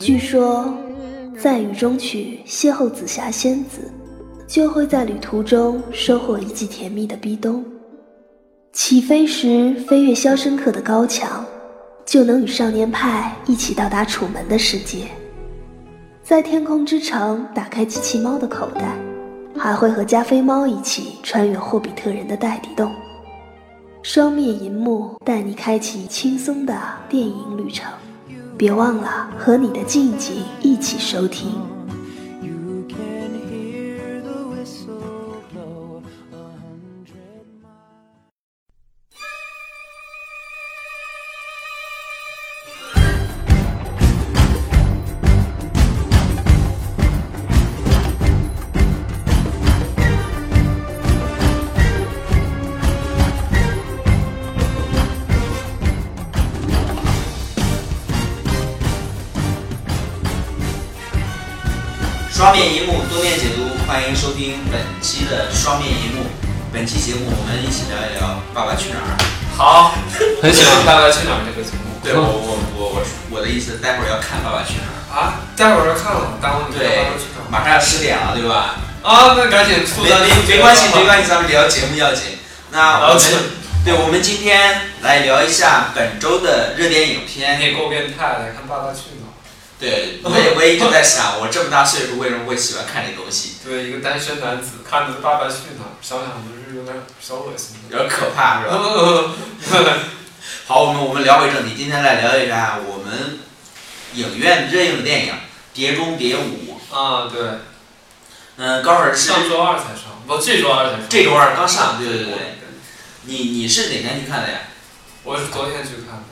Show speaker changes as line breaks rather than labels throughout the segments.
据说，在雨中曲邂逅紫霞仙子，就会在旅途中收获一记甜蜜的壁咚。起飞时飞越《肖申克》的高墙，就能与少年派一起到达楚门的世界。在天空之城打开机器猫的口袋，还会和加菲猫一起穿越霍比特人的袋底洞。双面银幕带你开启轻松的电影旅程，别忘了和你的静静一起收听。
You can hear the whistle blow a hundred miles.
双面一幕，多面解读，欢迎收听本期的双面一幕。本期节目我们一起聊一聊《爸爸去哪儿》。嗯
好，很喜欢《爸爸去哪儿》这个节目。
对我我我我我的意思，待会儿要看《爸爸去哪儿
啊，待会儿要看了，耽误》。你看《
对
爸爸去哪，儿
马上要十点了，对吧？》
啊，那赶紧
没
吐槽
没没关系，没关系，咱们聊节目要紧。那我
了
们
解
对，我们今天来聊一下本周的热点影片
你。也够变态的，看《爸爸去哪儿
对，我也我也一直在想，我这么大岁数为什么会喜欢看这东西？》。
对，一个单身男子看着《爸爸去哪儿》，想想就是有点小恶心的。
有点可怕是吧？
嗯
好，我们我们聊回正题，今天来聊一下我们影院热映的电影《碟中谍五》。
啊，对，
嗯，高老师
上周二才上，不，这周二才上。
这周二刚上，对对对对。你你是哪天去看的呀？
我是昨天去看的，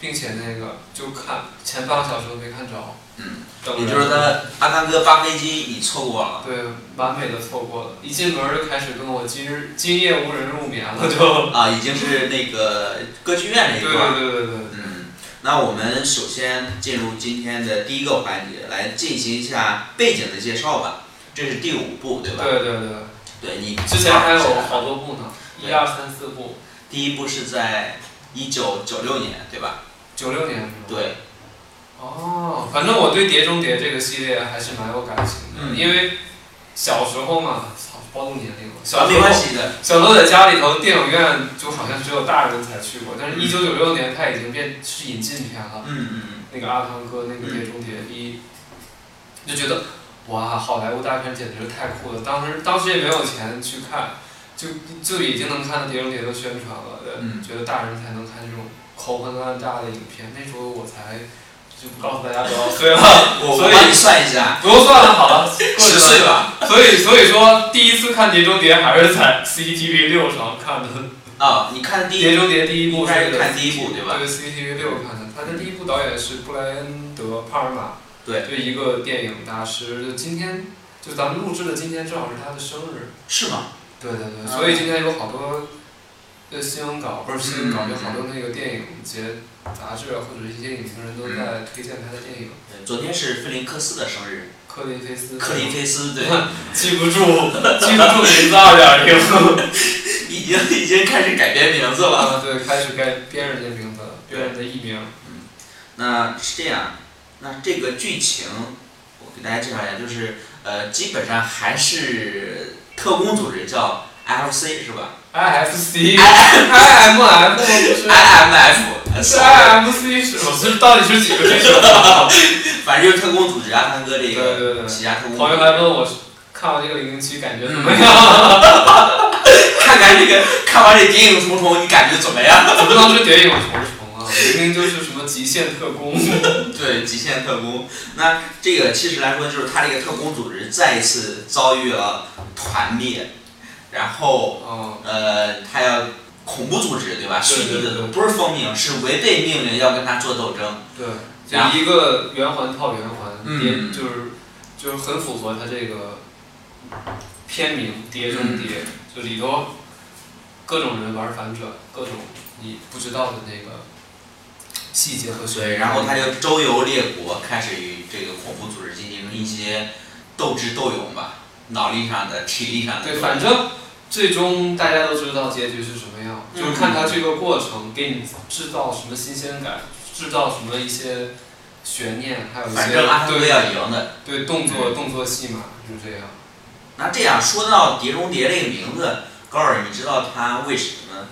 并且那个就看前半个小时都没看着。
嗯，
整
也
个
就是他阿汤哥扒飞机，你错过了。
对，完美的错过了，一进门就开始跟我今日今夜无人入眠了，就。
啊，已经是那个歌剧院
对
这一块。
对对对对。
嗯，那我们首先进入今天的第一个环节，来进行一下背景的介绍吧。这是第五部，对吧？
对对对，
对，你
之前还有好多部呢，一
对
二三四部，
第一部是在一九九六年，对吧？
九六年是吗？
对，
哦，反正我对《碟中谍》这个系列还是蛮有感情的，
嗯
因为小时候嘛，操，暴露年龄了。
啊
小时
没
候
关，系的，
小时候在家里头，电影院就好像只有大人才去过，但是一九九六年它已经变是引进片了。
嗯嗯，
那个阿汤哥那个《碟中谍》一，就觉得哇，好莱坞大片简直是太酷了。当时当时也没有钱去看，就就已经能看到《碟中谍》的宣传了，
嗯
觉得大人才能看这种口喷乱炸的影片。那时候我才就不告诉大家多少岁了，
我
所
我
以
帮你算一下，
不用算了，好了，过去
嗯十
了
岁。吧？
所以所以说，第一次看《碟中谍》还是在 CCTV 六上看的，
啊，你看
《
第
碟
一，
中谍》第一
应
部
该
是
是看第一部对吧？
对 CCTV 六看的，他的第一部导演是布莱恩德·帕尔玛，
对，
就一个电影大师。就今天，就咱们录制的今天正好是他的生日，嗯
是吗？
对对对，
啊
所以今天有好多呃新闻稿，不是新闻稿，
嗯
有好多那个电影节、杂志啊或者一些影评人都在推荐他的电影。
对呃昨天是菲林克斯的生日，
克林菲斯，
克林菲斯对，
记不住，记不住名字二点零。
已经已经开始改编名字了。
啊，对，开始改编人家名字了，
对
编人的艺名。
那是这样，那这个剧情我给大家介绍一下，就是呃，基本上还是特工组织叫 FC 是吧
IFC、IMF 不是
？IMF
是
sorry
IMC 是吗？这到底是几个这是？
反正就是特工组织阿汤哥这
对
个
对对。
起家特工
朋
组
友
织。
还问我看完这个零零七感觉怎么样？
看看这个，看完这《谍影重重》，你感觉怎么样？
怎么当时谍影重重啊？明明就是什么极限特工。
对，《极限特工》那这个其实来说，就是他这个特工组织再一次遭遇了团灭，然后
哦，
呃，他要恐怖组织对吧？
对
蓄
对
意的
对
不是奉命，是违背命令要跟他做斗争。
对，
然后
就一个圆环套圆环，
嗯
谍就是就是很符合它这个片名《谍中谍》，就里头各种人玩反转，各种你不知道的那个细节和
对，然后他就周游列国，开始与这个恐怖组织进行一些斗智斗勇吧，脑力上的、体力上的斗
对，
争。
反正最终大家都知道结局是什么样，
嗯
就是看它这个过程给你制造什么新鲜感，制造什么一些悬念，还有一些
反正阿汤哥要赢的。
对对动作动作戏码是这样。
那这样说到《碟中谍》这个名字，高尔，你知道他为什么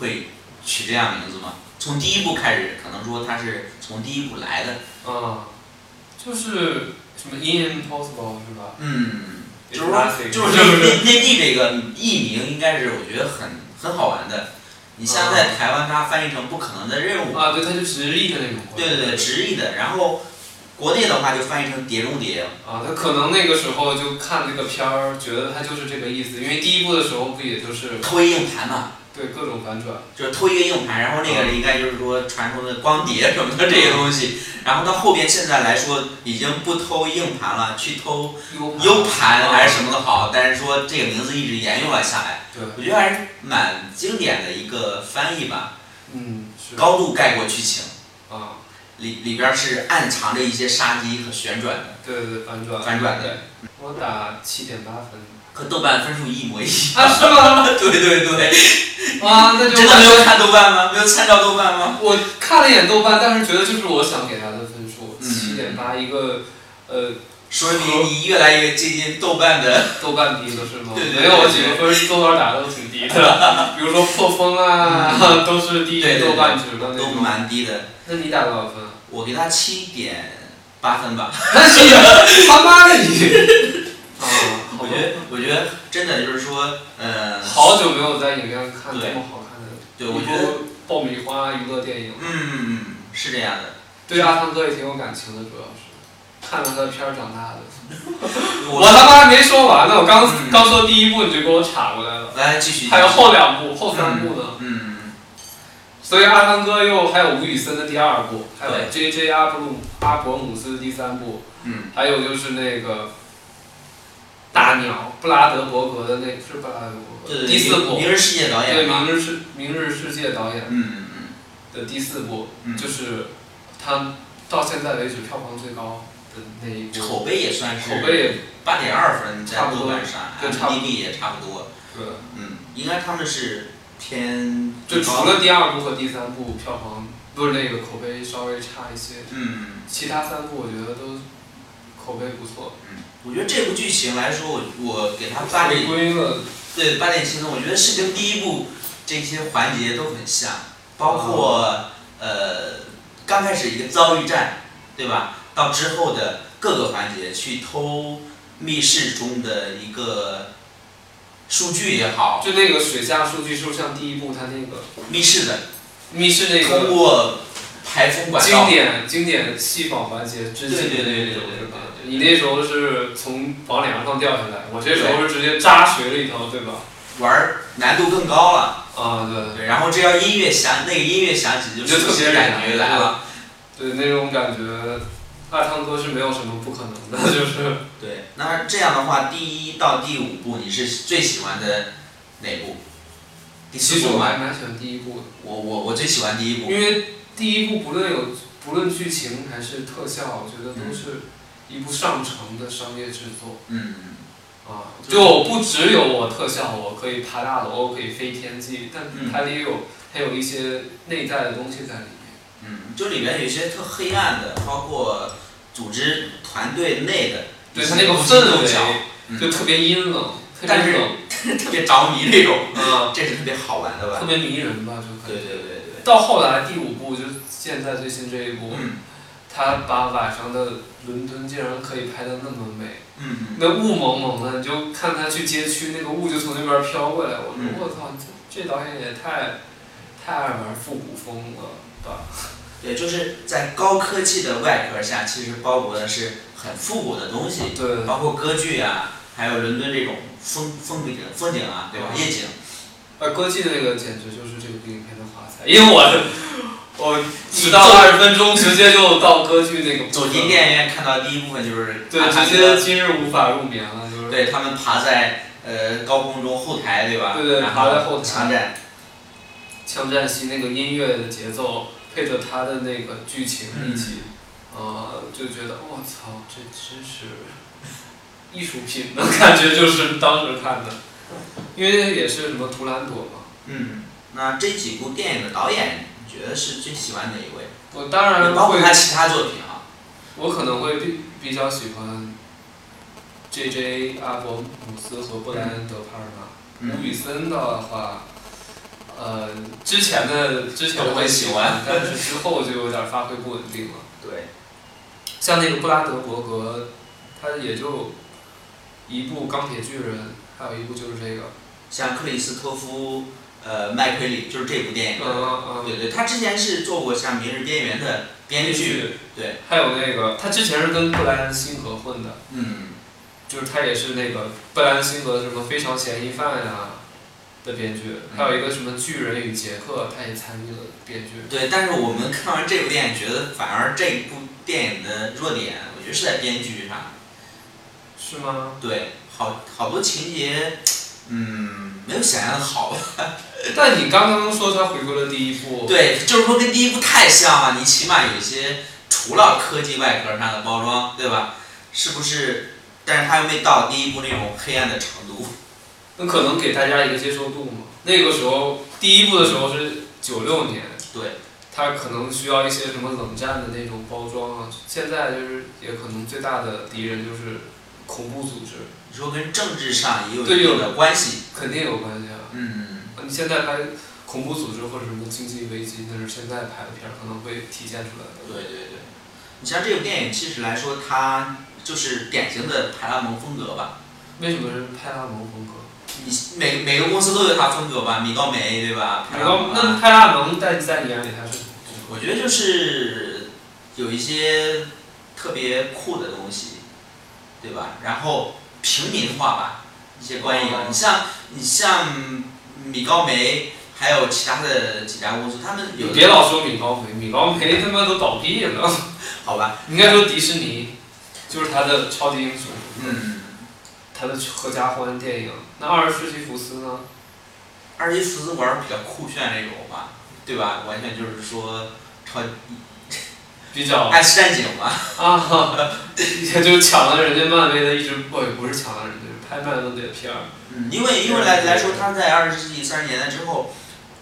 会取这样名字吗？从第一部开始，可能说他是从第一部来的。
啊，就是什么 In Impossible 是吧？
嗯，就是
It's
说，
nothing
就是内内内地这个译名应该是我觉得很很好玩的。你像在台湾，它翻译成《不可能的任务》
啊，对，它就直立的那种。
对对对，。直译的。然后国内的话就翻译成《碟中谍》。
啊，他可能那个时候就看这个片儿，觉得他就是这个意思，因为第一部的时候不也就是
偷一硬盘嘛，
对各种反转，
就是偷一个硬盘，然后那个应该就是说传说的光碟什么的这些东西。然后到后边现在来说，已经不偷硬盘了，去偷 U 盘还是什么的好。但是说这个名字一直沿用了下来，
对，
我觉得还是蛮经典的一个翻译吧，
嗯，是
高度概括剧情。
啊，
里里边是暗藏着一些杀机和旋转的，
对对对，反转，
反转的。
我打七点八分。
和豆瓣分数一模一样。
啊，是吗？
对对 对，
哇，那就
真的
完
没
全
有看豆瓣 吗？没有参照豆瓣吗？
我看了一眼豆瓣，但是觉得就是我想给他的分数，
嗯
七点八，一个呃
说明你越来越接近豆瓣的。
豆瓣低了是吗？
对对对
没有，我几个分儿豆瓣打的都挺低 的，比如说破风啊，都是低
对
于
对 嗯对
豆瓣值的那
都
种。
蛮低的，
那你打多少分啊？
我给他七点八分吧。
那是他妈的你！啊，好
我
吧
觉得，我觉得真的就是说，嗯，
好久没有在影院看这
对
么好看的，
对，我觉得，
爆米花娱乐电影，
嗯，是这样的。
对阿汤哥也挺有感情的，主要是看了他的片儿长大的。我
我
他妈还没说完呢，我刚
嗯
刚说第一部你就给我岔过来了，
来继续。
还有后两部、后三部呢。
嗯，
所以阿汤哥又还有吴宇森的第二部，还有 J J 阿布鲁阿伯姆斯的第三部，
嗯
还有就是那个大鸟布拉德伯格的那是布拉德伯
对对
格的
对，
第四部，
明日世界导
对
演嘛。
明日世明日世界导演
嗯嗯
的第四部
嗯，嗯，
就是他到现在为止票房最高的那一部，
口碑也算是
口碑也
八点二分在
差不
豆
多
瓣上
对差不多
，IMDB 也差不多。
对。
嗯，应该他们是偏
就除
高
了第二部和第三部票房不是那个口碑稍微差一些，
嗯
其他三部我觉得都口碑不错，
嗯，我觉得这部剧情来说，我我给他八
回
点
归了
对八点七分，我觉得是跟第一部这些环节都很像，
啊
包括呃刚开始一个遭遇战，对吧？到之后的各个环节去偷密室中的一个数据也好，
就那个水下数据，是不是像第一部它那个
密室的
密室那
通
个
过排风管
经
道，
典经典戏仿环节致敬的
对对对对
那种，
对
对吧？
对对
你那时候是从往脸上掉下来，我这时候是直接扎水里头，对吧？
玩儿难度更高了。
啊，对
对，然后这要音乐响，那个音乐响起就
就
熟
特
悉
别
的感觉来了。
对，那种感觉，阿汤哥是没有什么不可能的，就是
对，那这样的话，第一到第五部你是最喜欢的哪部？第
其
四
实
部
我
吗？
还蛮喜欢第一部的。
我我我最喜欢第一部。
因为第一部不论有不论剧情还是特效，我觉得都是一部上乘的商业制作
嗯，
啊。
对
就不只有我特效，我可以爬大楼，可以飞天际，但
嗯
它也有还有一些内在的东西在里面。
嗯，就里面有一些特黑暗的，包括组织团队内的，
对
一
它
些
那个
勾心
氛
斗角
围就特别阴冷，特
但
别
是
冷，
特别着迷这种，
啊，
这是特别好玩的
特
吧？
别迷人吧，就可
对
以。
对对对，
到后来第五部就是现在最新这一部，
嗯
他把晚上的伦敦竟然可以拍的那么美。
嗯嗯，
那雾蒙蒙的，你就看他去街区，那个雾就从那边飘过来。我说
嗯
我操，这这导演也太太爱玩复古风了吧？
对，就是在高科技的外壳下，其实包裹的是很复古的东西。
对，
包括歌剧啊，还有伦敦这种风风景风景啊，对吧？
嗯
夜景，
而哎歌剧那个简直就是这个影片的华彩，因为我的我迟到
你走
二十分钟，直接就到歌剧那个部分
走进，电影院看到第一部分就是
对，
阿汤
直
哥
接今日无法入眠了，就是
对他们爬在呃高空中后台，对吧？
对对
然
爬在后台
枪战，
枪战戏那个音乐的节奏配着他的那个剧情一起，啊、就觉得我操，这真是艺术品的感觉，就是当时看的，因为也是什么图兰朵嘛。
嗯，那这几部电影的导演，你觉得是最喜欢哪一位？
我当然
包括
会
他其他作品啊，
我可能会比比较喜欢 J.J. 阿伯姆斯和布莱恩·德帕尔
嗯
玛。吴宇森的话，呃，之前的之前我很喜欢，但是之后就有点发挥不稳定了。
对，
像那个布拉德伯格，他也就一部《钢铁巨人》，还有一部就是这个，
像克里斯托夫呃麦奎里就是这部电影
嗯
的，
嗯嗯，
对对，他之前是做过像《明日边缘》的编剧，
剧，
对，
还有那个他之前是跟布莱恩·辛格混的，
嗯，
就是他也是那个布莱恩·辛格的什么《非常嫌疑犯》呀的编剧，还有一个什么《巨人与杰克》，他也参与了编剧。
对。但是我们看完这部电影，觉得反而这部电影的弱点，我觉得是在编剧上。
是吗？
对，好好多情节，嗯，没有想象的好。
但你刚刚说他回归了第一部，
对，就是说跟第一部太像了，你起码有一些除了科技外壳上的包装，对吧？是不是？但是它又没到第一部那种黑暗的程度。
那可能给大家一个接受度嘛。那个时候，第一部的时候是九六年，
对，
它可能需要一些什么冷战的那种包装啊。现在就是也可能最大的敌人就是恐怖组织，
你说跟政治上也有
对
一定
有
的关系。
肯定有关系啊。
嗯，
你现在拍恐怖组织或者什么经济危机，那是现在拍的片儿可能会体现出来的。
对对对。你像这部电影，其实来说，它就是典型的派拉蒙风格吧。
为什么是派拉蒙风格？
你每每个公司都有它风格吧，米高梅对吧？派
然
拉
后
蒙啊
那派拉蒙在在你眼里他是什么风格？
我觉得就是有一些特别酷的东西，对吧？然后平民化吧，一些观影。
哦
你像你像米高梅，还有其他的几家公司，他们有
你别老说米高梅，米高梅他妈都倒闭了。
好吧？
应该说迪士尼就是他的超级英雄，
嗯，
他的合家欢电影。那二十世纪福斯呢？
二级福斯玩儿比较酷炫那种吧，对吧？完全就是说超
比较
爱吃战警嘛，
啊，也就抢了人家漫威的一直不不是抢了人家，拍漫威的片儿。
嗯，因为因为来来说，他在二十世纪三十年代之后，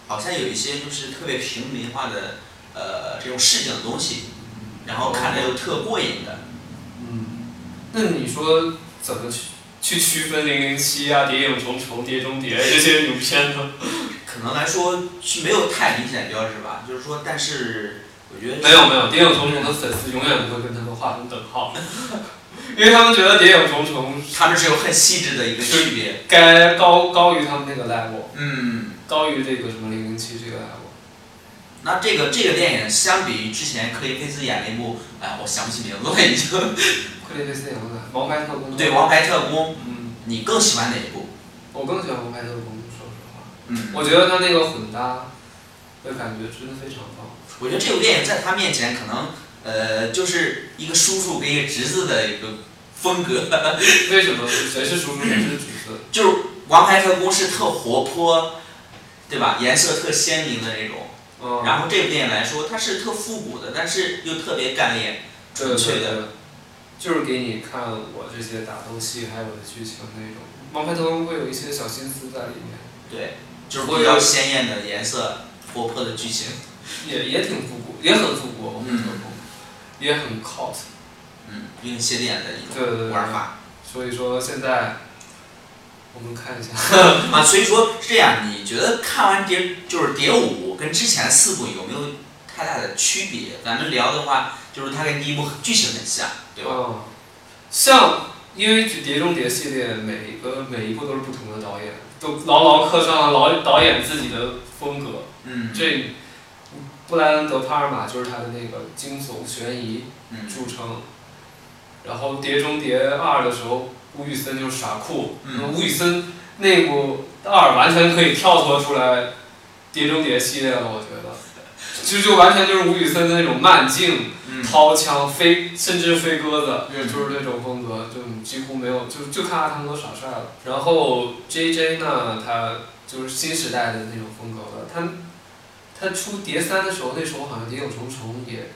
好像有一些就是特别平民化的呃这种市井的东西。然后看着又特过瘾的。
嗯，那你说怎么去去区分零零七啊、谍影重重、碟中谍这些影片呢？
可能来说是没有太明显的标志吧，就是说，但是我觉得
没有没有，谍影重重的粉丝永远不会跟他们画上等号， 因为他们觉得谍影重重
他们是有很细致的一个区别。
该高高于他们那个 level，
嗯，
高于这个什么零零七这个 level。
那这个这个电影相比于之前克林菲斯演的一部，哎，我想不起名字了已经。
克林菲斯演的《王牌特工》
对，《王牌特工》，
嗯，
你更喜欢哪一部？
我更喜欢《王牌特工》，说实话，
嗯，
我觉得他那个混搭的感觉真的非常棒。
我觉得这部电影在他面前可能呃就是一个叔叔跟一个侄子的一个风格，
为什么谁是叔叔谁是侄子？
就是《王牌特工》是特活泼，对吧？颜色特鲜明的那种。
嗯，
然后这部电影来说，它是特复古的，但是又特别干练。
对对
纯粹
对，就是给你看我这些打斗戏还有剧情那种，《王牌特工》会有一些小心思在里面，
对，就是比较鲜艳的颜色，活泼的剧情。
也也挺复古，也很复古，《王牌特工》也很 cult。
嗯，用邪典的一
对对对
种玩法
所以说现在我们看一下，
啊。所以说是这样，你觉得看完碟就是碟五跟之前四部有没有太大的区别？咱们聊的话，就是它跟第一部剧情很像，对吧？
嗯，像因为《碟中谍》系列每一个每一部都是不同的导演，都牢牢刻上了老导演自己的风格。
嗯，
这布莱恩·德帕尔玛就是他的那个惊悚悬疑
嗯
著称。然后《碟中谍二》的时候，吴宇森就是耍酷，
嗯
那么吴宇森那部二完全可以跳脱出来《碟中谍》系列了，我觉得，就就完全就是吴宇森的那种慢镜。
嗯
掏枪飞，甚至飞鸽子，
嗯
就是这种风格，就几乎没有，就就看阿汤哥耍帅了。然后 J J 呢，他就是新时代的那种风格了。他他出《碟三》的时候，那时候好像《谍影重重》也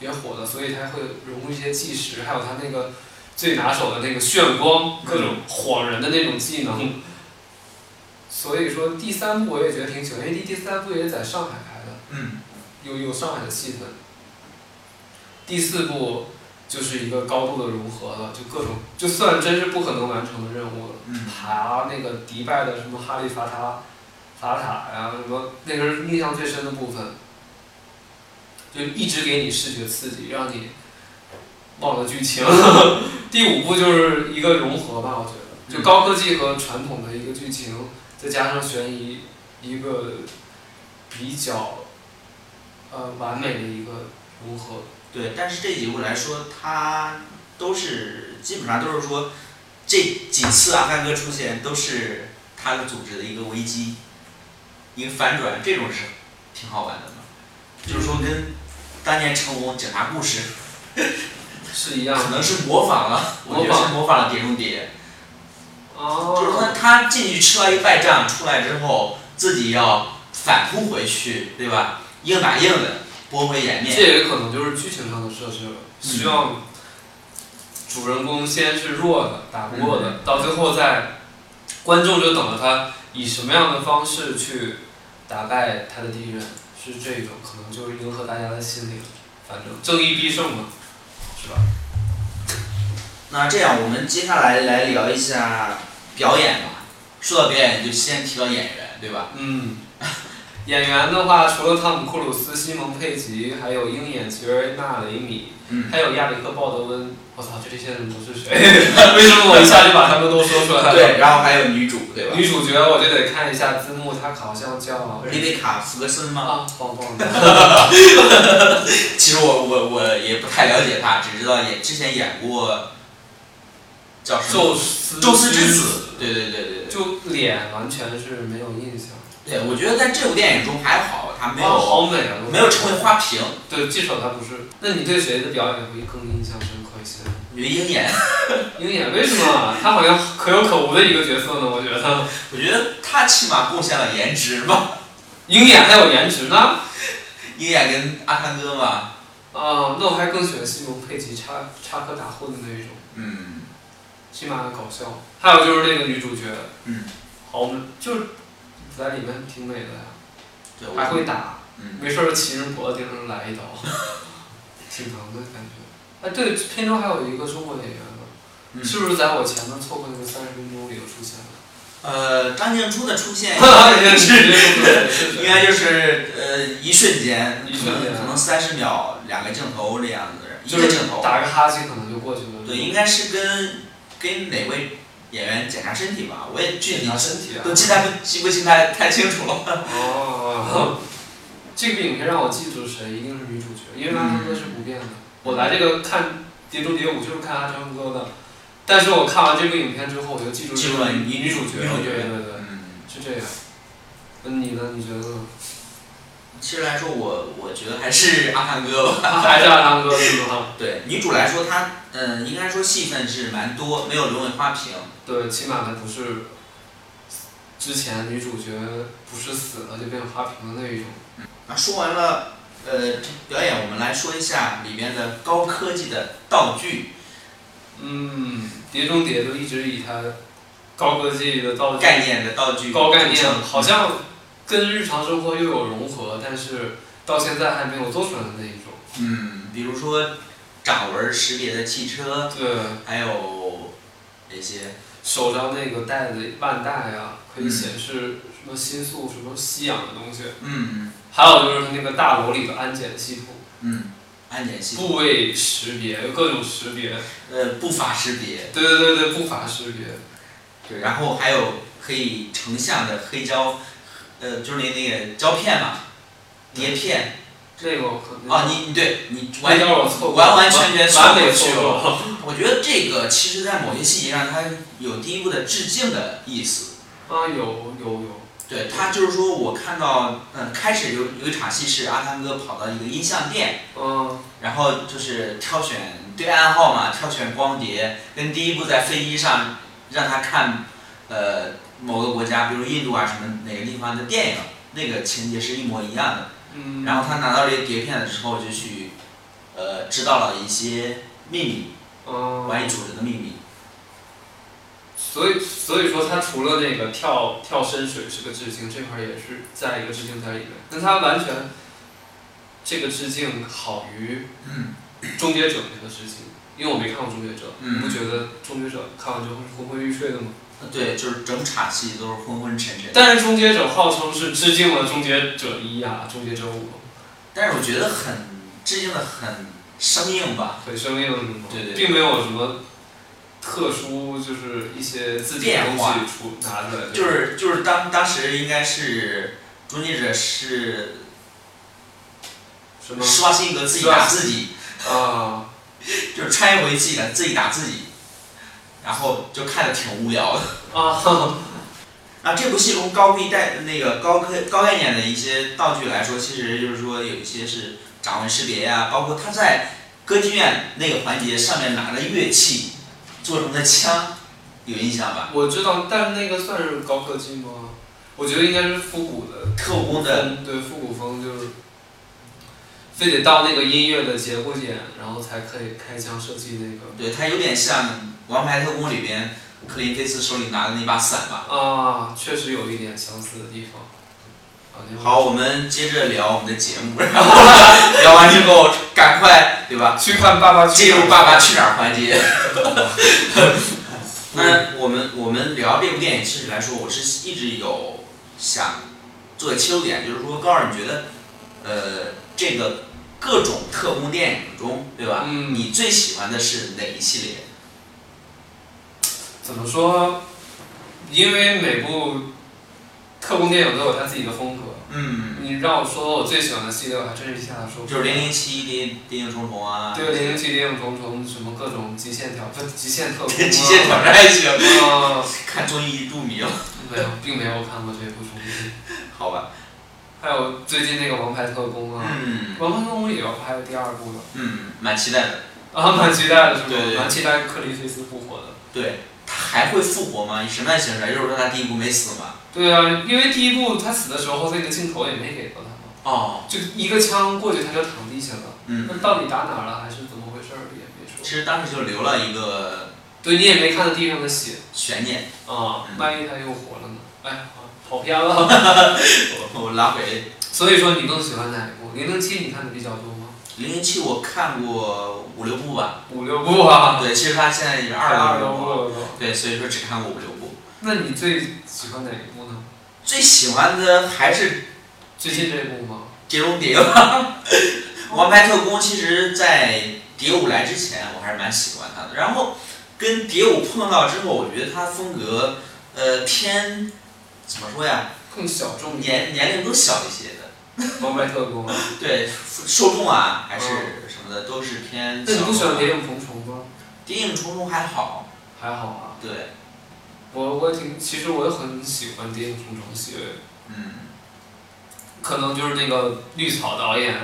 也火了，所以他会融入一些计时，还有他那个最拿手的那个炫光，各种晃人的那种技能。所以说第三部我也觉得挺喜欢，因为第第三部也在上海拍的。
嗯
有有上海的气氛。第四部就是一个高度的融合了，就各种就算真是不可能完成的任务了，
嗯
爬那个迪拜的什么哈利法塔法塔呀、什么那个是印象最深的部分，就一直给你视觉刺激，让你忘了剧情。 第五部就是一个融合吧，我觉得，
嗯
就高科技和传统的一个剧情，再加上悬疑，一个比较呃完美的一个融合。
对，但是这几部来说，它都是基本上都是说，这几次阿甘哥出现都是他的组织的一个危机，一个反转，这种是挺好玩的嘛。就是说跟当年成龙警察故事
是一样
可能
的。
是模仿了，我觉得是模仿了《碟中谍》。就是
哦，
说他进去吃了一败仗，出来之后自己要反扑回去，对吧？硬打硬的，驳回颜
这
面。
也可能就是剧情上的设置了，需要主人公先是弱的，打不过的，到最后再观众就等着他以什么样的方式去打败他的敌人，是这种，可能就是迎合大家的心理了。反正正义必胜嘛，是吧？
那这样，我们接下来来聊一下表演吧。说到表演，就先提到演员，对吧？
嗯，演员的话，除了汤姆·克鲁斯、西蒙·佩吉，还有鹰眼吉尔纳雷米，
嗯，
还有亚里克·鲍德温，我操，这些人都是谁？ 为什么我一下就把他们都说出来了？
对，然后还有女主，对吧？
女主角我就得看一下字幕，她好像 叫
丽贝卡·福格森吗？
啊，棒棒的，
其实我我我也不太了解她，只知道演之前演过叫什么
宙斯
《宙斯之子》。对对对对对。
就脸完全是没有印象，
对，我觉得在这部电影中还好，她没有、
哇好美啊，
没有成为花瓶，
对，至少她不是。那你对谁的表演会更印象深刻一些？
女鹰眼。
鹰眼为什 么？她好像可有可无的一个角色呢，我觉得。
我觉得他起码贡献了颜值吧，
鹰眼还有颜值呢？
鹰眼跟阿汤哥嘛，
啊、那我还更喜欢西蒙佩吉插插科打诨的那一种。
嗯，
起码搞笑。还有就是那个女主角，
嗯，
好，就是在里面挺美的呀，
对，我
还会打，
嗯，
没事儿骑人脖子顶上 来一刀，挺疼的感觉。哎，对，片中还有一个中国演员呢，
嗯
是不是在我前面错过那个三十分钟里又出现了？
呃，张静初的出现
是是
应该就是呃一瞬间，
一瞬间
可能三十秒两个镜头这样子，一
就
个
是
镜头，
打个哈欠可能就过去了。
对，应该是跟跟哪位演员检查身体吧，我也具
检
体
查身体啊
都。记他记不记太太清楚了，
哦， 这个影片让我记住谁，一定是女主角，
嗯
因为阿汤哥是不变的。我来这个看《碟中谍五》就是看阿汤哥的，但是我看完这部影片之后，我就记住这
记住
个
了
女主角。
女主角
对对对，
嗯。
是这样。那你呢？你觉得呢？
其实来说我，我觉得还是阿汤哥吧。
还是阿汤哥是吗？
对女主来说，她嗯、应该说戏份是蛮多，没有沦为花瓶。
对，起码呢不是之前女主角不是死了就变花瓶的那一种。
啊，说完了，呃，这表演我们来说一下里面的高科技的道具
嗯，《碟中谍》就一直以它高科技的道具
概念的道具，
高概念，好像跟日常生活又有融合，但是到现在还没有做出来的那一种。
嗯，比如说掌纹识别的汽车，
对，
还有哪些
手上那个带的腕带呀，可以显示什么心速、什么吸氧的东西。
嗯
还有就是那个大楼里的安检系统，
嗯安检系统，
部位识别，各种识别。
呃步伐识别，
对对对对，步伐识别。
对，然后还有可以成像的黑胶，呃，就是那那个胶片嘛，碟片。
这个我可能
啊，你你对你
完
完
全我错过，
完完全全
完美
错
错
过
过。
我觉得这个其实，在某些细节上，它有第一步的致敬的意思。
啊，有有有，
对，它就是说我看到，嗯，开始有有一场戏是阿汤哥跑到一个音像店，
嗯，
然后就是挑选对暗号嘛，挑选光碟，跟第一步在飞机上让他看，呃，某个国家，比如印度啊什么哪个地方的电影，那个情节是一模一样的。
嗯，
然后他拿到这个碟片的时候，就去，呃，知道了一些秘密。
嗯，
关于主人的秘密。
所以所以说，他除了那个跳跳深水是个致敬，这块儿也是在一个致敬在里面。但他完全这个致敬好于
嗯，
《终结者》这个致敬，因为我没看过《终结者》，
嗯
你不觉得《终结者》看完之后是昏昏欲睡的吗？
对，就是整场戏都是昏昏沉沉。
但是《终结者》号称是致敬了《终结者一》啊，《终结者五
但是我觉得很致敬的很生硬吧，》
很生硬的嘛，
对对对
并没有什么特殊，就是一些自己的东
变化
西出拿出来，对
就是就是当当时应该是终结者是
什么
施瓦辛格自己打自己，
啊，
就是穿越回自己的自己打自己，然后就看着挺无聊的。
啊，
啊，这部戏中高科技带那个高科高概念的一些道具来说，其实就是说有一些是掌纹识别呀、包括他在歌剧院那个环节上面拿着乐器做成的枪，有印象吧？
我知道，但那个算是高科技吗？我觉得应该是复古的
特工的，
嗯对复古风就是，非得到那个音乐的节骨眼，然后才可以开枪射击那
对，它有点像《王牌特工》里边克林菲斯手里拿的那把伞吧。
个啊，确实有一点相似的地方。啊，你
好，我们接着聊我们的节目，然后聊完之后赶快对吧？
去看《爸爸
进
去哪儿
入爸爸去哪儿环节。 那我们我们聊这部电影，其实来说，我是一直有想做个切入点，就是说，高二，你觉得，呃，这个各种特工电影中，对吧？
嗯
你最喜欢的是哪一系列？
怎么说？因为每部特工电影都有它自己的风格。
嗯，
你让我说我最喜欢的系列，我还真是一下子说不出
就
来
是零零七、谍谍影重重啊，
对零零七、零影重重，什么各种极限挑不极限特工、啊，
极限挑战也行，
啊，
看综艺入迷了，
没有，并没有看过这部综艺。
好吧？
还有最近那个《王牌特工》啊，
嗯
王牌特工》也要拍第二部了，
嗯，蛮期待的。
啊，蛮期待的是吗？
对对
蛮期待克里菲斯复活的。
对，他还会复活吗？以什么样的形式？就是说他第一部没死嘛。
对啊，因为第一部他死的时候那个镜头也没给到他嘛，
哦，
就一个枪过去他就躺地下了，那
嗯，
到底打哪儿了还是怎么回事儿也没
其
说。
实当时就留了一个
对你也没看到地上的血
悬念。
啊
嗯，
万一他又活了呢？哎，好跑 偏了。
我我拉回
所以说你更喜欢哪一部？零零七你看的比较多吗？
零零七，我看过五六部吧。
五六部啊，
对，其实他现在也二
二
十
六
多
部
部了。
了都。
对，所以说只看过五六部。
那你最喜欢哪一部呢？
最喜欢的还是
最近这部吗？
碟中谍
哦
吧。王牌特工其实，在蝶舞来之前，我还是蛮喜欢他的。然后跟蝶舞碰到之后，我觉得他风格，呃，偏怎么说呀？
更小众一点。
年年龄都小一些的，
王牌特工啊。
对受众啊还是什么的都是偏
那
小众。
你不喜欢谍影重重吗？
谍影重重还好，
还好啊，
对，
我我挺，其实我也很喜欢谍影重重系列，
嗯，
可能就是那个绿草导演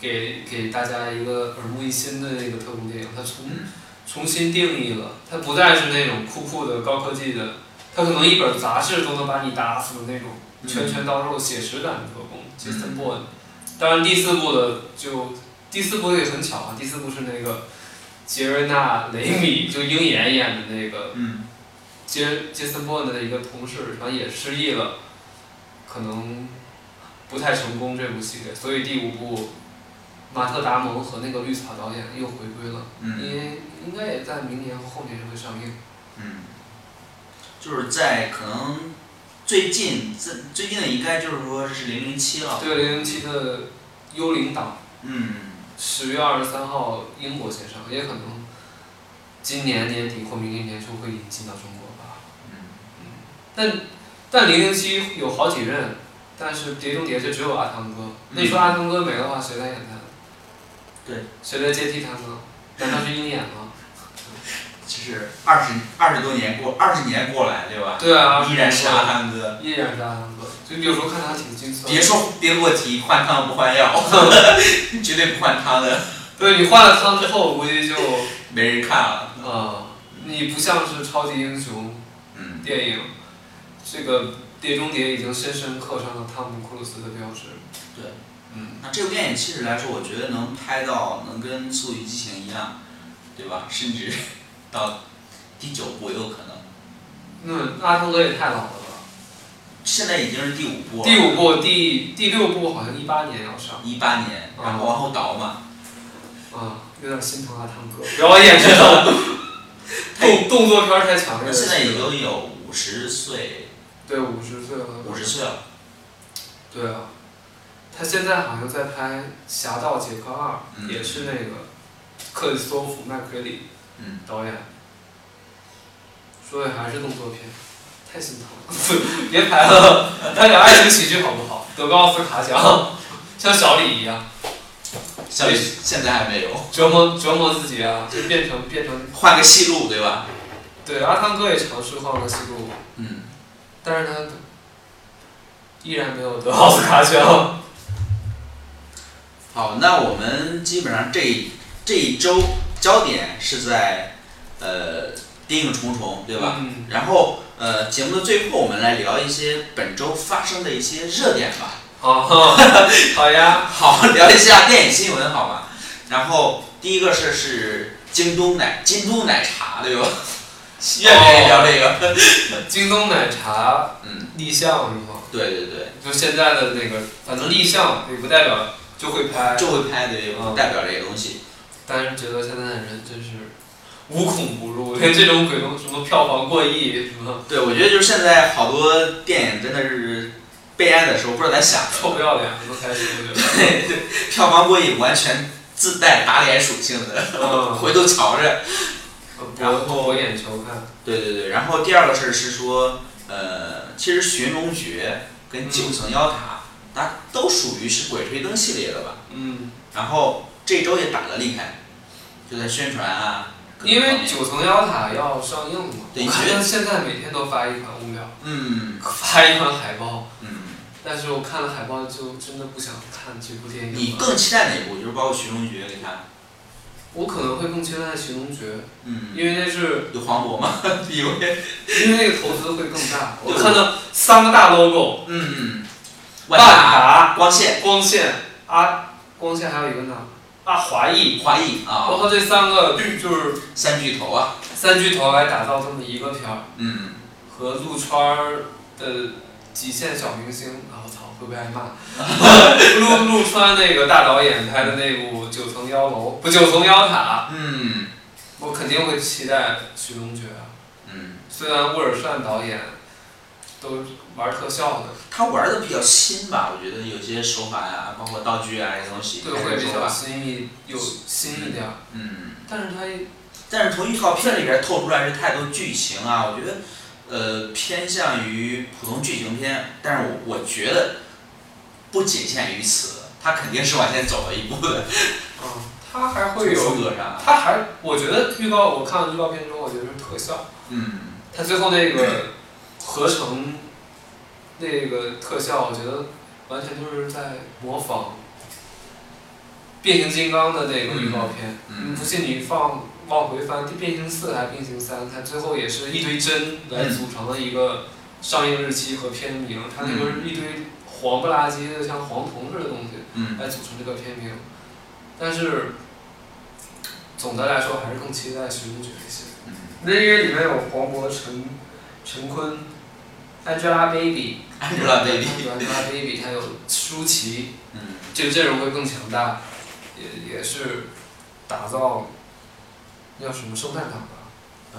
给给大家一个耳目一新的那个特工电影，他重
嗯
重新定义了，他不再是那种酷酷的高科技的，他可能一本杂志都能把你打死的那种拳拳到肉写实感的特工，Jason
嗯
Bourne。当然第四部的就第四部也很巧啊，第四部是那个杰瑞娜雷米就鹰眼演的那个。
嗯
杰杰森·伯恩的一个同事，然后也失忆了，可能不太成功这部系列，所以第五部马特·达蒙和那个绿草导演又回归了，
嗯
应应该也在明年后年会上映。
嗯，就是在可能最近最最近的应该就是说是零零七了，
对，零零七的《幽灵党
嗯》
十月二十三号英国先上，也可能今年年底或明年年初会引进到中国吧。
嗯，
但但零零七有好几任，但是《碟中谍》就只有阿汤哥。那你说阿汤哥没的话，谁来演他？
对，
谁来接替他呢？难道是鹰眼吗？
就是二十二十多年过二十年过来，对吧？
对啊，
依然是阿汤哥，
依然是阿汤哥。就有时候看他挺心酸。
别说别给我提换汤不换 药，绝对不换汤的，
对你换了汤之后，估计就
没人看了，
啊、你不像是超级英雄
嗯
电影，这个《碟中谍》已经深深刻上了汤姆·克鲁斯的标志。
对，
嗯，
那这部电影其实来说，我觉得能拍到能跟《速度与激情》一样，对吧？甚至到第九部也有可能，
那阿汤哥也太老了吧？
现在已经是第五部了，
第五部、第第六部好像一八年要上。
一八年，然后往后倒嘛，
啊，有点心疼啊，汤哥，不要演这种 动动作片儿太强烈
那
了。
现在也都有五十岁，
对五十岁了，
五十岁了，
对啊，他现在好像在拍《侠盗杰克二》
嗯
也是那个克里斯托弗麦奎里
嗯，
导演，所以还是动作片，太心疼 了，别拍了，拍点爱情喜剧好不好？得个奥斯卡奖， 像小李一样
小雨现在还没有，
折磨折磨自己啊，就变成变成
换个戏路对吧？
对阿汤哥也尝试换了思路，
嗯，
但是他依然没有得奥斯卡奖。
好，那我们基本上这一这一周焦点是在呃谍影重重对吧？
嗯
然后呃节目的最后我们来聊一些本周发生的一些热点吧。
好，好呀，哦
好，聊一下电影新闻好吗？然后第一个是是京东奶京东奶茶对吧？愿不愿意聊这个？
京东奶茶
嗯，
立项是吗？
对对对，
就现在的那个，反正立项也不代表就会拍，
就会拍的也不
嗯
代表这个东西。
但是觉得现在的人真是无孔不入，
嗯
连这种鬼东什么票房过亿什么
对，我觉得就是现在好多电影真的是备案的时候不知道在想什
臭
么
不，要脸都开始 我觉
票房过亿完全自带打脸属性 的，
得，嗯，
回头瞧着。然后
博博眼球看，
对对对，然后第二个事儿是说，呃，其实寻龙诀跟九层妖塔，它都属于是鬼吹灯系列的吧？
嗯，
然后这周也打得厉害，就在宣传啊，各个
因
方
为
面
九层妖塔要上映嘛，
对
我
觉得
看现在每天都发一款物料，
嗯
发一款海报，
嗯，
但是我看了海报就真的不想看这部电影了。
你更期待哪一部？就是包括《寻龙诀》给他，
我可能会更期待《寻龙诀》，
嗯，
因为 那是
有黄渤吗？比如，
因为那个投资会更大。
对
我看到三个大 logo，
嗯嗯，万
万
达、
达、
光线、
光线啊，光线还有一个呢，啊华谊。
华谊
包
啊，
括这三个就是
三巨头啊，
三巨头来打造这么一个片儿，
嗯，
和陆川儿的极限小明星，啊我操会不会挨骂？陆陆川那个大导演拍的那部《九层妖楼》不《九层妖塔
嗯》，
我肯定会期待《寻龙诀》啊。
嗯，
虽然沃尔善导演都玩特效的，
他玩的比较新吧，我觉得有些手法呀、包括道具啊这些东西，
对，
还
会
是
比
手
较
法，
新意，有新一点儿。
嗯。
但是它
但是从预告片里边透出来是太多剧情啊，我觉得，呃，偏向于普通剧情片，但是我我觉得不仅限于此，它肯定是往前走了一步的，
啊，它还 会
这个
有，
风格上，
它还，我觉得预告，我看了预告片之后，我觉得是特效。
嗯，
它最后那个合成那个特效，我觉得完全就是在模仿变形金刚的那个预告片。
嗯嗯
你不信你放往回翻，变形四还是变形三，它最后也是一堆帧
嗯
来组成了一个上映日期和片名，它那个是一堆黄不拉几的像黄铜似的东西。
嗯，
来组成这个片名。但是总的来说，还是更期待《寻龙诀》一些，
嗯
那因为里面有黄渤、陈陈坤、Angelababy、
，Angelababy，
Angelababy，还有舒淇，
嗯
这个阵容会更强大，也也是打造叫什么圣诞档吧，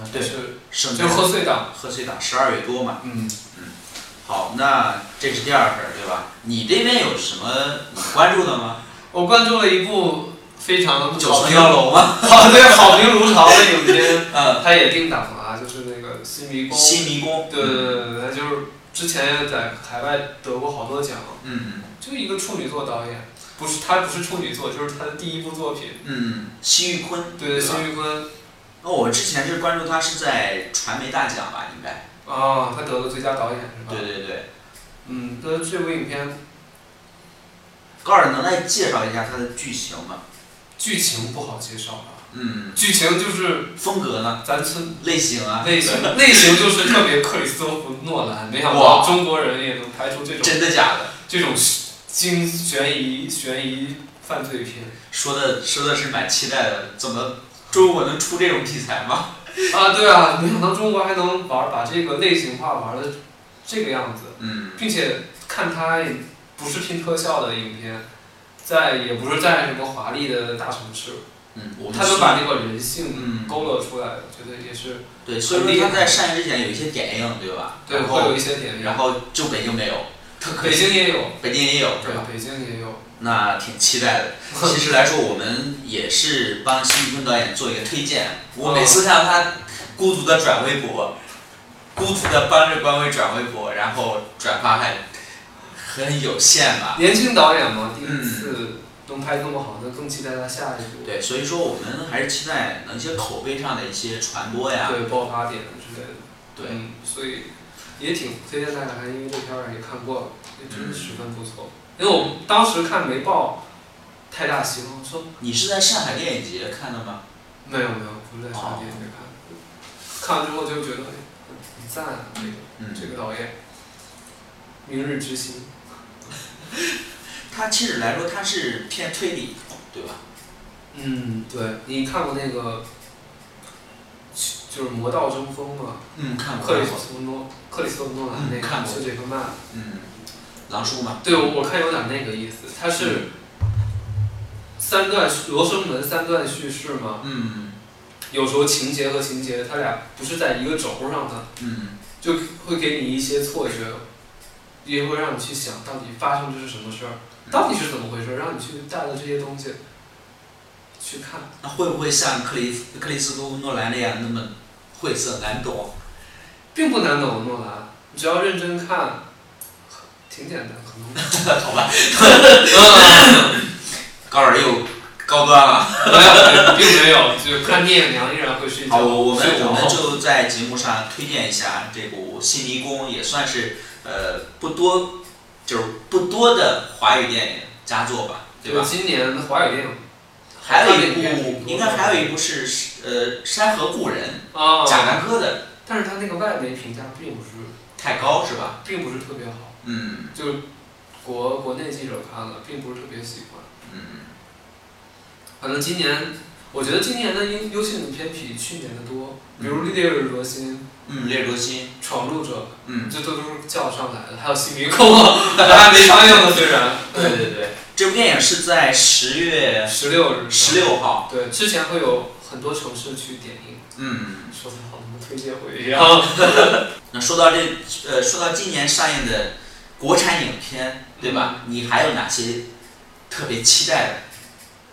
啊
就
对，
是
圣
就
诞
贺岁档，
贺岁档十二月多嘛，
嗯，
好，那这是第二事儿对吧？你这边有什么你关注的吗？
我关注了一部非常
九层妖楼吗？
好 对好评如潮的影片。
呃，
他也定档了啊， 就是那个《新迷宫》。
新迷宫，
对对对对，他就是之前在海外得过好多奖，
嗯
就一个处女座导演，不是他不是处女座，就是他的第一部作品。
嗯嗯，西域坤，
对，
吧
辛玉坤
哦，我之前是关注他是在传媒大奖吧，应该。
啊，他得了最佳导演是吧？
对对对，
嗯，那这部影片
高尔能来介绍一下他的剧情吗？
剧情不好介绍啊，
嗯，
剧情就是
风格呢？
咱村
类型啊？
类型，类型就是特别克里斯托弗诺兰，没想
哇
到中国人也能拍出这种
真的假的？
这种惊悬疑悬疑犯罪片。
说的说的是蛮期待的，怎么中国能出这种题材吗？
啊，对啊，没想到中国还能玩把这个类型化玩的这个样子，
嗯
并且看它也不是拼特效的影片，在也不是在什么华丽的大城市，
嗯，我们
他能
是
把那个人性
嗯
勾勒出来，觉得也是
对，所以说他在上映之前有一些点映，对吧？
对，
然
会有
后
一些点亮。
然后就北京没有，特可
北
惜，
京也有，
北京也有，是吧？
对，北京也有。
那挺期待的。其实来说，我们也是帮辛宇坤导演做一个推荐。我每次看他孤独的转微博，孤独的帮着官微转微博，然后转发还很有限吧。
年轻导演嘛，第
嗯
一次能拍这么好，那更期待他下一部。
对，所以说我们还是期待能一些口碑上的一些传播呀。
对爆发点之类的。
对，
嗯，所以也挺推荐大家看，因为这片儿也看过了，也真的十分不错。
嗯
因为我当时看没抱太大希望，说
你是在上海电影节看的吗？
没有没有，不是在上海电影节看的，看完之后就觉得哎很赞啊，这个
嗯，
这个导演，明日之星，
他其实来说他是偏推理，对吧？
嗯，对你看过那个就是《魔道争锋》吗？
嗯，看过。
克里
看过
斯托诺克里斯托诺兰那
嗯看
个
过
是这个曼，
嗯，狼叔嘛。
对我我看有点那个意思，它是三段罗生门三段叙事嘛，
嗯
有时候情节和情节它俩不是在一个轴上的，
嗯
就会给你一些错觉，也会让你去想到底发生的是什么事儿，到底是怎么回事，让你去带着这些东西去看。
那会不会像克里斯克里斯托诺兰那样那么晦涩难懂？
并不难懂，诺兰，你只要认真看，挺简单，很容易。
好吧，高尔又高端了。
呃没有，并没有，就看聂隐娘依然会睡觉。
好，我我
睡
们
着
我们就在节目上推荐一下这部《新迷宫》，也算是呃不多，就是不多的华语电影佳作吧，对吧？
今年的华语电影
还有一
还有一
部，
部
应该还有一部是呃《山河故人》，
啊，
贾樟柯的，
但是他那个外媒评价并不是，
太高是吧？
并不是特别好，
嗯
就是国国内记者看了，并不是特别喜欢。
嗯
反正今年，我觉得今年的优优秀影片比去年的多，比如《烈日灼心
嗯，烈日灼心，》
《闯入者
嗯》，。
这都是叫上来的，还有《新迷宫》， 还没上映呢，虽然
对对对，这部电影是在十月
十六日，
十六号，
对，之前会有很多城市去点映，
嗯，
说的好像推荐我一样。
那说到这，呃，说到今年上映的国产影片，对吧？你还有哪些特别期待的？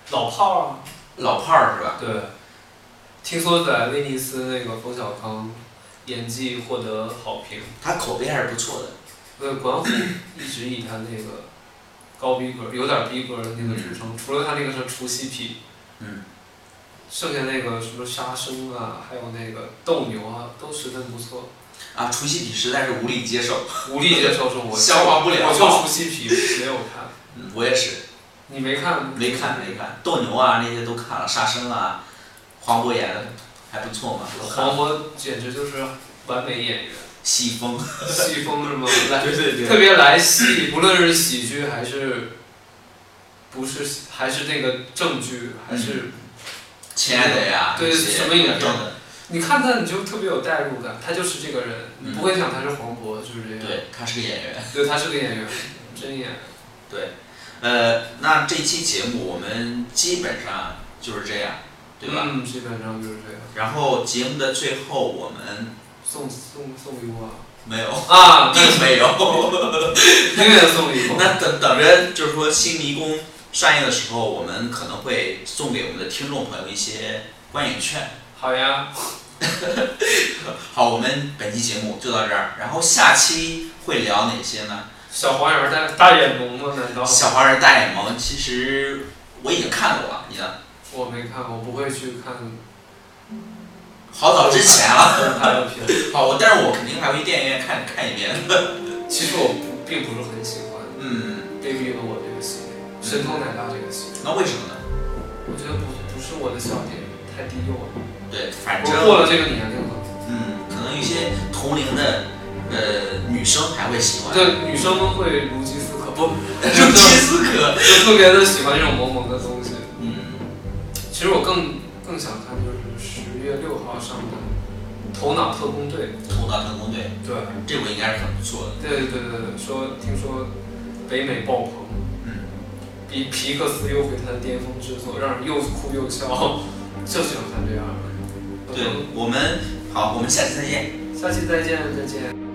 老炮儿啊，
老炮儿是吧？
对，听说在威尼斯那个冯小刚演技获得好评，
他口碑还是不错的。
呃，管虎一直以他那个高逼格，有点逼格的那个著称，除了他那个是除夕皮，
嗯，
剩下那个什么杀生啊，还有那个斗牛啊，都十分不错，
啊，除夕底实在是无力接受，
无力接受是我
消化不了啊
我就除夕皮没有看，
嗯，我也是
你没看？
没看没看，斗牛啊那些都看了，杀生啊，黄渤演的还不错嘛，都看了
黄渤简直就是完美演 员，
西风，
戏风是吗？来
对
特，别来戏，无论是喜剧还是不是还是那个正剧，还是、
亲爱的呀，
对
这些
什么影片
等等
你看他你就特别有代入感，他就是这个人，你不会想他是黄渤，就是这样。
对，他是个演员。
对，他是个演员，真演员。
呃，那这期节目我们基本上就是这样，对吧？
嗯，基本上就是这样。
然后节目的最后，我们
送送送礼物啊！
没 有，
啊，
并没有。
那永远送礼物。
那等等着，就是说《新迷宫》上映的时候，我们可能会送给我们的听众朋友一些观影券。
好呀，
好，我们本期节目就到这儿，然后下期会聊哪些呢？
小黄人儿大大眼萌吗？难道
小黄人大眼萌，其实我已经看过了，你呢？
我没看？我不会去看
好早之前啊了。
他的片。
好，我但是我肯定还会电影院看看一遍。
其实我并不是很喜欢
嗯，
《Baby 和我》这个系列，《神偷奶爸》这个系列。
那为什么呢？
我觉得不不是我的笑点，太低幼了。
对，反
我
正
过了这个年龄了，
嗯，可能一些同龄的呃女生还会喜欢。，
对女生们会如饥似渴，不，
如饥似渴。
就特别的喜欢这种萌萌的东西。
嗯，
其实我更更想看就是十月六号上的《头脑特工队》。
头脑特工队
对，
这部应该是很不错的。
对对对对，说听说北美爆棚，
嗯，
比皮克斯又回他的巅峰之作，让人又哭又笑， 就喜欢看这样的。
对，我们好，我们下期再见。
嗯，下期再见，再见。